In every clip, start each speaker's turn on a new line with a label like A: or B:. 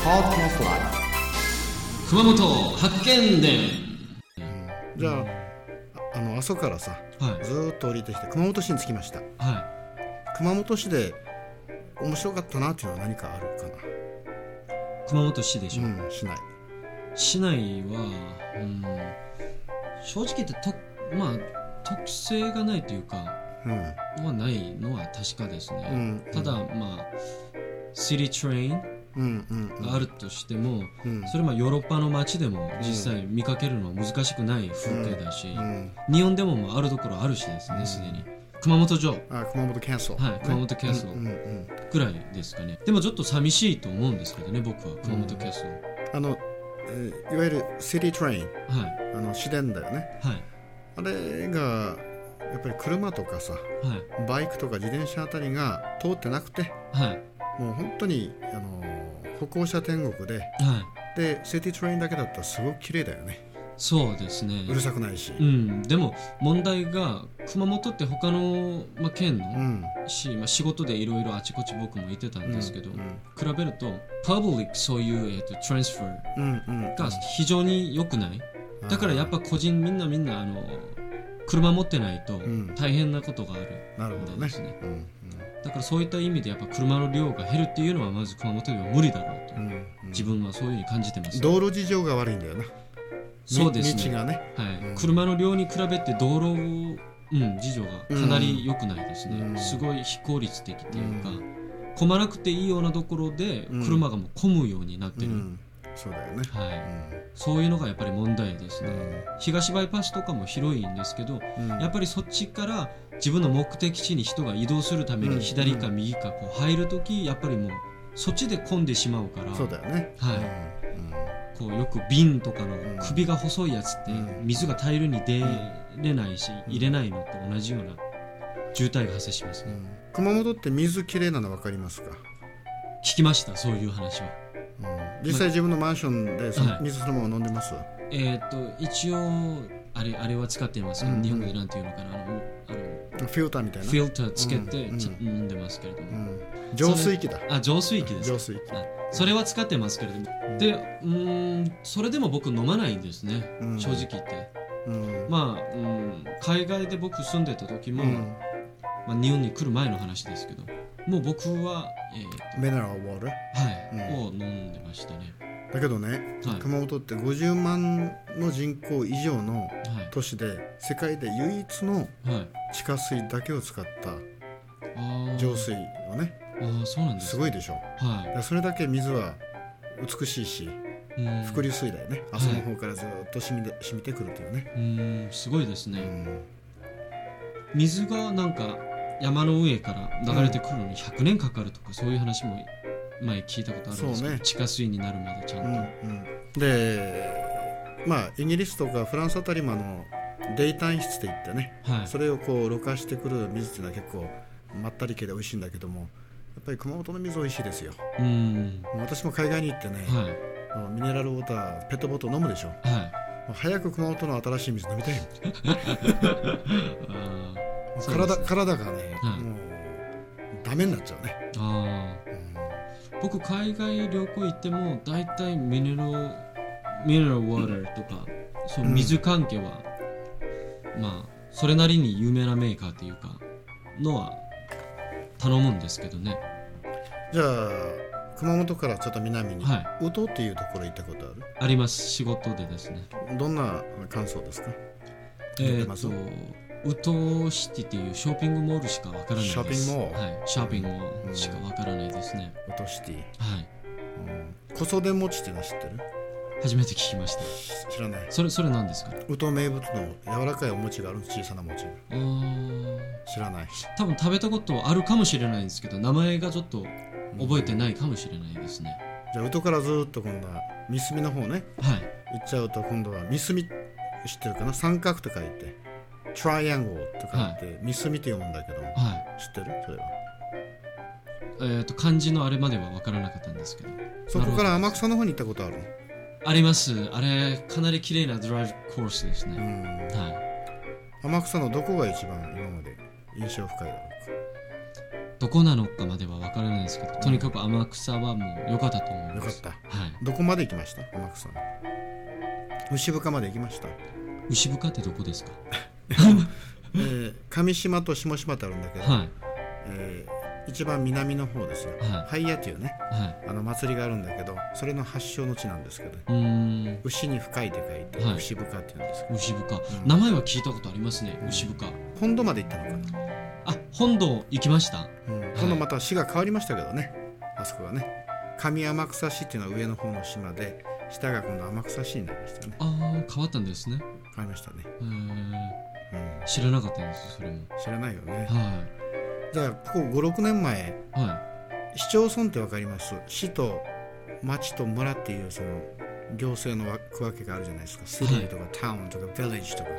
A: Podcast Live
B: 熊本発見伝
A: じゃああの阿蘇からさ
B: はい
A: ずーっと降りてきて熊本市に着きました
B: は
A: 熊本市で面白かったなっていうのは何かあるか
B: い熊本市でしょ、
A: なうんしない
B: 市内は、うん、正直言ってとまあ特性がないというか
A: うん
B: まあないのは確かですね、
A: うん
B: ただまあシティトレイン
A: うんうんうん
B: があるとしても、
A: うん
B: それまあヨーロッパの街でも実際見かけるのは難しくない風景だし、
A: うん
B: 日本でもまああるところあるしですねすでに熊本城
A: あ熊本キャンセル
B: はい熊本キャンセル
A: うんうんうん
B: くらいですかねでもちょっと寂しいと思うんですけどね僕は熊本キャス
A: あのえーいわゆるシティトレイン
B: トはい
A: あの市電だよね
B: はい
A: あれがやっぱり車とかさ
B: はい
A: バイクとか自転車あたりが通ってなくて
B: はい
A: もう本当にあの歩行者天国で
B: はい
A: でシティトレインだけだったらすごく綺麗だよね
B: そうですね
A: うるさくないし
B: うんでも問題が熊本って他の、まあ、県
A: う
B: の
A: ん
B: し、まあ、仕事でいろいろあちこち僕も行ってたんですけど、
A: うん
B: 比べるとパブリックそういう、えっとトランスファ
A: うんうん
B: ーが非常に良くない
A: うん
B: だからやっぱ個人みんなみんなあの車持ってないと
A: ん
B: 大変なことがある、
A: なるほど
B: で
A: ね
B: すね
A: うん
B: だからそういった意味でやっぱ車の量が減るっていうのはまず熊本では無理だろうと、
A: うんうん
B: 自分はそういうふうに感じてます
A: 道路事情が悪いんだよな
B: そうです
A: み道
B: ね、
A: がね
B: はい
A: うん
B: 車の量に比べて道路を、うん、事情がかなり良くないですね、
A: うん
B: すごい非効率的っていうか、
A: う
B: 混まなくていいようなところで
A: うん
B: 車がもう混むようになって
A: う
B: る、
A: んそうだよね
B: は
A: う
B: い、
A: ん
B: そういうのがやっぱり問題ですね、
A: うん
B: 東バイパスとかも広いんですけど
A: うん
B: やっぱりそっちから自分の目的地に人が移動するため
A: うん
B: に左か右かこう入るときやっぱりもうそっちで混んでしまうから
A: そうだよね
B: はいい、こうよく瓶とかの
A: ん
B: 首が細いやつって
A: うん
B: 水が大量に出れないし
A: ん
B: 入れないのと同じような渋滞が発生しますね
A: 熊本って水きれいなの分かりますか
B: 聞きましたそういう話は
A: うん実際自分のマンションでその
B: はい
A: 水そのまま飲んでます、
B: えーっ、と一応あれあれは使っています、
A: うん
B: 日本語でなんていうのかなあのあの
A: フィルターみたいな
B: フィルターつけて、
A: うん
B: ち飲んでますけれど
A: う
B: も、
A: ん、浄水器だ
B: あ浄水器です
A: 浄水器
B: あそれは使ってますけれどもでうーんそれでも僕飲まないんですね、
A: うん
B: 正直言って
A: うん
B: まあ、うん、海外で僕住んでた時も、
A: うん
B: まあ、日本に来る前の話ですけどもう僕は、え
A: ミネラルウォーター
B: ーはい、
A: うん
B: を飲んでましたね
A: だけどね
B: はい、
A: 熊本って50万の人口以上の
B: は
A: 都市で世界で唯一の
B: いはい
A: 地下水だけを使った
B: あー
A: 浄水をね
B: あーそうなんです
A: す
B: か
A: ごいでしょ
B: は
A: それだけ水は美しいし
B: いうん
A: 伏流水だよね阿蘇の方からずっと染みで染みてくるというね、
B: うんすごいです
A: う
B: ね、
A: ん、
B: 水がなんか山の上から流れてくるのに100年かかるとかそういう話も前聞いたことあるんですけ
A: そう
B: ど、
A: ね
B: 地下水になるまでちゃん
A: う
B: と、
A: んうん、でまあイギリスとかフランスあたりもあの泥炭質っていってね
B: はい
A: それをこうろ過してくる水っていうのは結構まったり系で美味しいんだけどもやっぱり熊本の水美味しいですよ
B: うん
A: もう私も海外に行ってね、
B: はい
A: もうミネラルウォーターペットボトル飲むでしょも
B: はい。
A: う早く熊本の新しい水飲みたいよ
B: あ
A: もう
B: そうで
A: 体
B: すね
A: 体がね、
B: はい
A: もうダメになっちゃうね、
B: ーあ
A: うん
B: ー。僕海外旅行行っても大体ミネラルミネラルウォーターとか、そう
A: うん
B: 水関係は、まあそれなりに有名なメーカーっていうかのは頼むんですけどね。
A: じゃあ熊本からちょっと南に、
B: は
A: 宇土っていうところ行ったこと
B: い。あります仕事でですね。
A: あるどんな感想ですか
B: え
A: 出
B: っ、
A: てます
B: と。ウトシティっていうショッピングモールしかわからないです。
A: ショッピングモール
B: はい、ショッピングモールしかわからないですね。
A: 宇土シティ、
B: はい、
A: うん、小袖餅っていうの知ってる
B: 初めて聞きました。
A: 知らない
B: それそれなんですか。
A: 宇土名物の柔らかいお餅がある小さな餅
B: あー
A: 知らない
B: 多分食べたことはあるかもしれないんですけど名前がちょっと覚えてないかもしれないですね、
A: じゃあ宇土からずーっと今度は三隅の方ね
B: はい
A: 行っちゃうと今度はミスミ知ってるかな三角と書いてトライアングルと書いてミスミって読むんだけど、
B: はい
A: 知ってるそれは
B: えー、と漢字のあれまでは分からなかったんですけど
A: そこから天草の方に行ったことあるの
B: ありますあれかなり綺麗なドライブコースですね、
A: うん
B: はい
A: 天草のどこが一番今まで印象深いだろうか
B: どこなのかまでは分からないですけどとにかく天草はもう良かったと思い
A: よ
B: ま
A: かっ
B: す
A: た
B: はい
A: どこまで行きました天草の牛深まで行きました、
B: 牛深ってどこですか
A: えー上島と下島ってあるんだけど、
B: はい
A: えー一番南の方ですよ、
B: は
A: ハイヤというね
B: はい
A: あの祭りがあるんだけどそれの発祥の地なんですけど、ね、
B: うーん
A: 牛に深いって書いて、
B: はい
A: 牛深って言うんですけど
B: 牛深
A: うん
B: 名前は聞いたことありますね牛深
A: 今度まで行ったのかな
B: あ本堂行きました
A: うん今度また市が変わりましたけどね、あそこはね上天草市っていうのは上の方の島で下が今度天草市になりましたね
B: あー変わったんですね
A: 変わりましたね、
B: へー
A: うん、
B: 知らなかったんですそれも
A: 知らないよね
B: は
A: じゃあここ56年前
B: いは
A: 市町村って分かります市と町と村っていうその行政のわ区分けがあるじゃないですかシティとかタウンとかヴィレッジとか
B: いは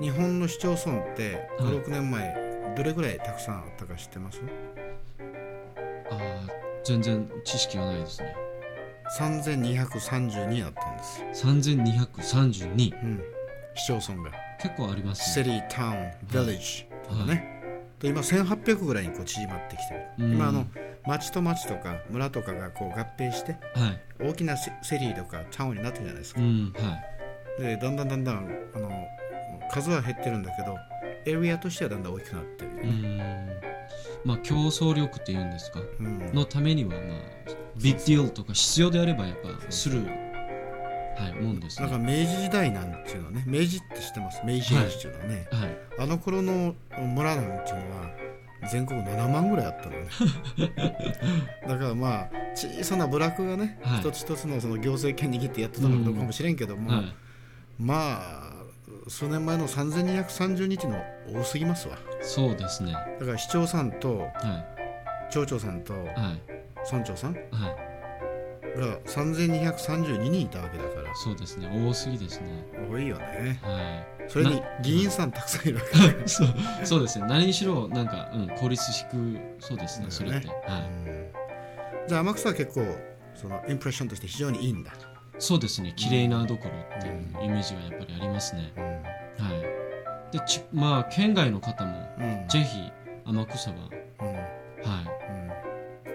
B: い
A: 日本の市町村って56年前どれぐらいたくさんあったか知ってます
B: あー全然知識はないですね
A: ?3232 だったんです、
B: 3232
A: うん、市町村が
B: 結構あります
A: シ
B: ね
A: ティ、タウン、ヴィレッジとかね、で今1800ぐらいにこう縮まってきてる、
B: うん
A: 今あの町と町とか村とかがこう合併して
B: はい
A: 大きなセセリーとかタウンになってるじゃないです
B: う
A: か、
B: んはい
A: でだんだんだんだんあの数は減ってるんだけどエリアとしてはだんだん大きくなってる、
B: うーんまあ競争力っていうんですか
A: うん
B: のためにはまあビッグディールとか必要であればやっぱするはいもんですね
A: なんか
B: は
A: 明治時代なんていうのはね明治って知ってます明治明治っていうのはね、
B: い
A: あの頃の村なんていうのは全国7万ぐらいあったの ねだからまあ小さな部落がね、
B: はい
A: 一つ一つのその行政権握ってやってたのかもしれんけども、
B: はい
A: まあ数年前の3230日の多すぎますわ
B: そうですね
A: だから市長さんと
B: はい
A: 町長さんと
B: はい
A: 村長さん
B: はい
A: が3232人いたわけだから
B: そうですね多すぎですね
A: 多いよね
B: は
A: それに議員さんたくさんいるわけ
B: い そうそうですね何にしろなんかうん効率低そうですねそれってはい
A: じゃあ天草は結構そのインプレッションとして非常にいいんだ、
B: そうですね綺麗などころっていうイメージはやっぱりありますね
A: うん
B: はいでちまあ県外の方も
A: うん
B: ぜひ天草は
A: うん
B: はいまあ、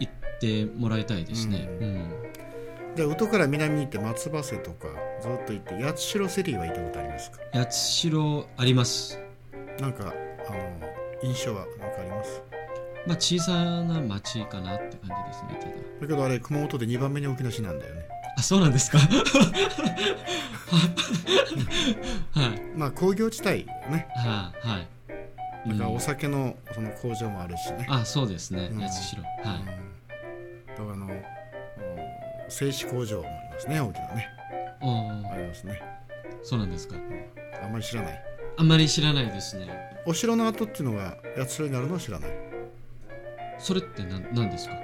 B: 行ってもらいたいですね。
A: う
B: うんん、
A: うんで宇土から南に行って松葉瀬とかずっと行って八代セリーは行ったことありますか
B: 八代あります。
A: なんかあの印象はなんかあります
B: まあ、小さな町かなって感じですね。た
A: だけ
B: だ。
A: どあれ熊本で2番目に大きな市なんだよね
B: あ、そうなん ですか。はい、はい、
A: まあ工業地帯ね
B: はい。
A: だから
B: うん
A: お酒のその工場もあるしね、
B: あ、そうですね。
A: うん
B: 八代。
A: うん
B: はい。
A: だからあのうん製紙工場もありますね大きなね
B: お
A: あ
B: お、
A: りますね
B: そうなんですか。
A: あんまり知らない
B: あんまり知らないですね。
A: お城の跡っていうのが八代になるのは知らない
B: それってなん、なんですか。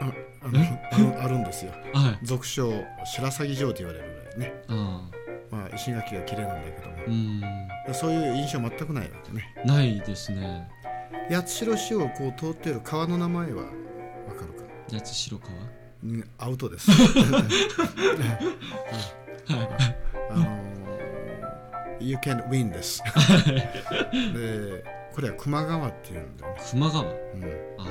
A: ああのあのあるんですよ
B: はい。
A: 俗称白鷺城と言われるぐらいね、
B: あ
A: まあ、石垣が綺麗なんだけども
B: あ、う、ん、
A: そういう印象全くないわけね
B: ないですね。
A: 八代市をこう通ってる川の名前はわかるかな
B: 八代川。
A: うんアウト です
B: はい。
A: あのー You can win ですでこれは球磨川っていうんだよね、
B: 熊川。
A: うん、違
B: ああ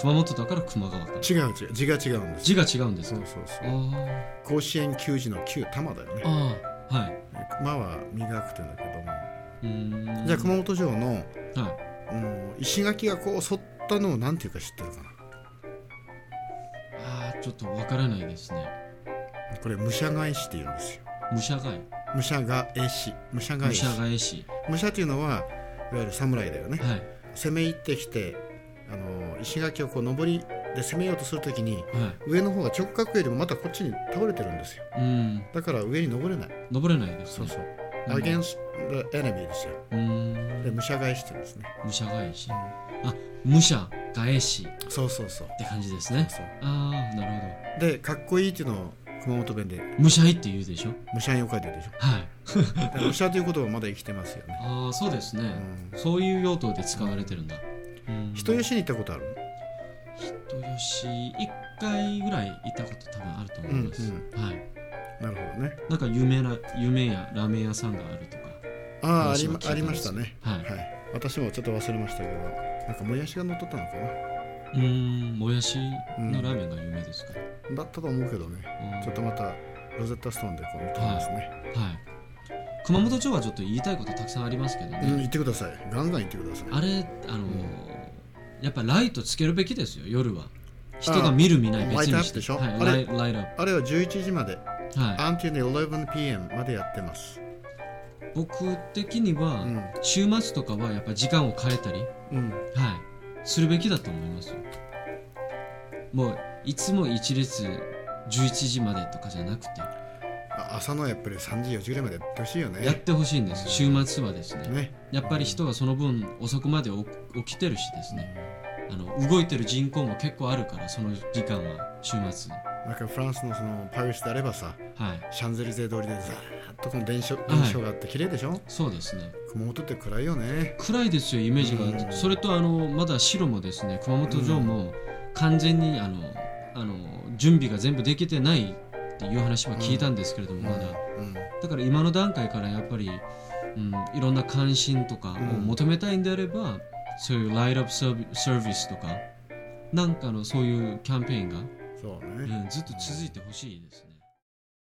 B: 熊本だから熊川か
A: う違う字が違うんです
B: 字が違うんです
A: そ
B: か
A: うそうそ
B: あ
A: う甲子園球児の球玉だよ
B: ー
A: ね
B: あーはい
A: 熊は磨くって言うんだけども
B: うーん
A: じゃあ熊本城の
B: はい
A: うん石垣がこう沿ったのをなんていうか知ってるかな
B: あーちょっとわからないですね
A: これ武者返しって言うんですよ
B: 武者街
A: 武者返し武者
B: 武
A: 返し
B: 者返し
A: 武者というのはいわゆる侍だよね
B: はい
A: 攻め入ってきてあの石垣をこう上りで攻めようとするときに
B: は
A: 上の方が直角よりもまたこっちに倒れてるんですよ
B: いうん
A: だから上に登れない
B: 登れないです
A: そう
B: ね
A: そう
B: うん
A: against the enemy ですよ
B: うー
A: で
B: ん
A: 武者返しって言うんですね
B: 武者返しあ武者返しっ
A: そうそうそう
B: て感じですね
A: そう
B: ああなるほ
A: でかっこいいっていうのを熊本弁で
B: ど武者いって言うでしょ
A: 武者に書いてるでしょ
B: はい
A: だから武者という言葉まだ生きてますよね
B: ああそうです
A: う
B: ね
A: ん
B: そういう用途で使われてるんだうん
A: 人吉に行ったことある
B: 人吉一回ぐらい行ったこと多分あると思います、
A: うん
B: はい
A: なるほどね
B: なんか有名な有名やラーメン屋さんがあるとか
A: あああ
B: 話
A: り
B: は
A: ま
B: 聞いた
A: あ
B: ん
A: りま
B: で
A: し
B: す
A: たね
B: はい
A: はい私もちょっと忘れましたけどなんかもやしが乗っとったのか
B: うーんもやしのラーメンが有名ですか、
A: なだったと思うけどね
B: うん
A: ちょっとまたロゼッタストーンでこう見てみますね、
B: はい熊本町はちょっと言いたいことたくさんありますけ
A: う
B: ど
A: ん、
B: ね、
A: 行ってくださいガンガン行ってください
B: あれあのーやっぱライトつけるべきですよ夜は人が見る見ない別にして
A: あ
B: はい、
A: ラ
B: ラ
A: イ
B: イライトアッ
A: あれは11時まで
B: プは
A: until 11pm までやってます
B: い僕的には、
A: うん
B: 週末とかはやっぱ時間を変えたり、はい、
A: うん
B: するべきだと思いますよもういつも一列11時までとかじゃなくて
A: あ朝のやっぱり3時4時ぐらいまでやってほしいよ
B: やっ
A: ね
B: てほしいんです週末はですね
A: ね
B: やっぱり人がその分遅くまで起起きてるしですねあの動いてる人口も結構あるからその時間は週末
A: なんかフランスのそのパリスであればさ
B: はい
A: シャンゼリゼ通りでザーッとこの電車
B: い
A: 電車があって綺麗でしょ、
B: そうですね
A: 熊本って暗いよね
B: 暗いですよイメージが、
A: うん
B: それとあのまだ白もですね熊本城も完全にあのあの準備が全部できてないっていう話は聞いたんですけれども、まだ
A: うん
B: だから今の段階からやっぱり、うん、いろんな関心とかを求めたいんであれば、そういうライトアップサービサービスとかなんかのそういうキャンペーンが、
A: そうね、
B: うんずっと続いてほしいですね。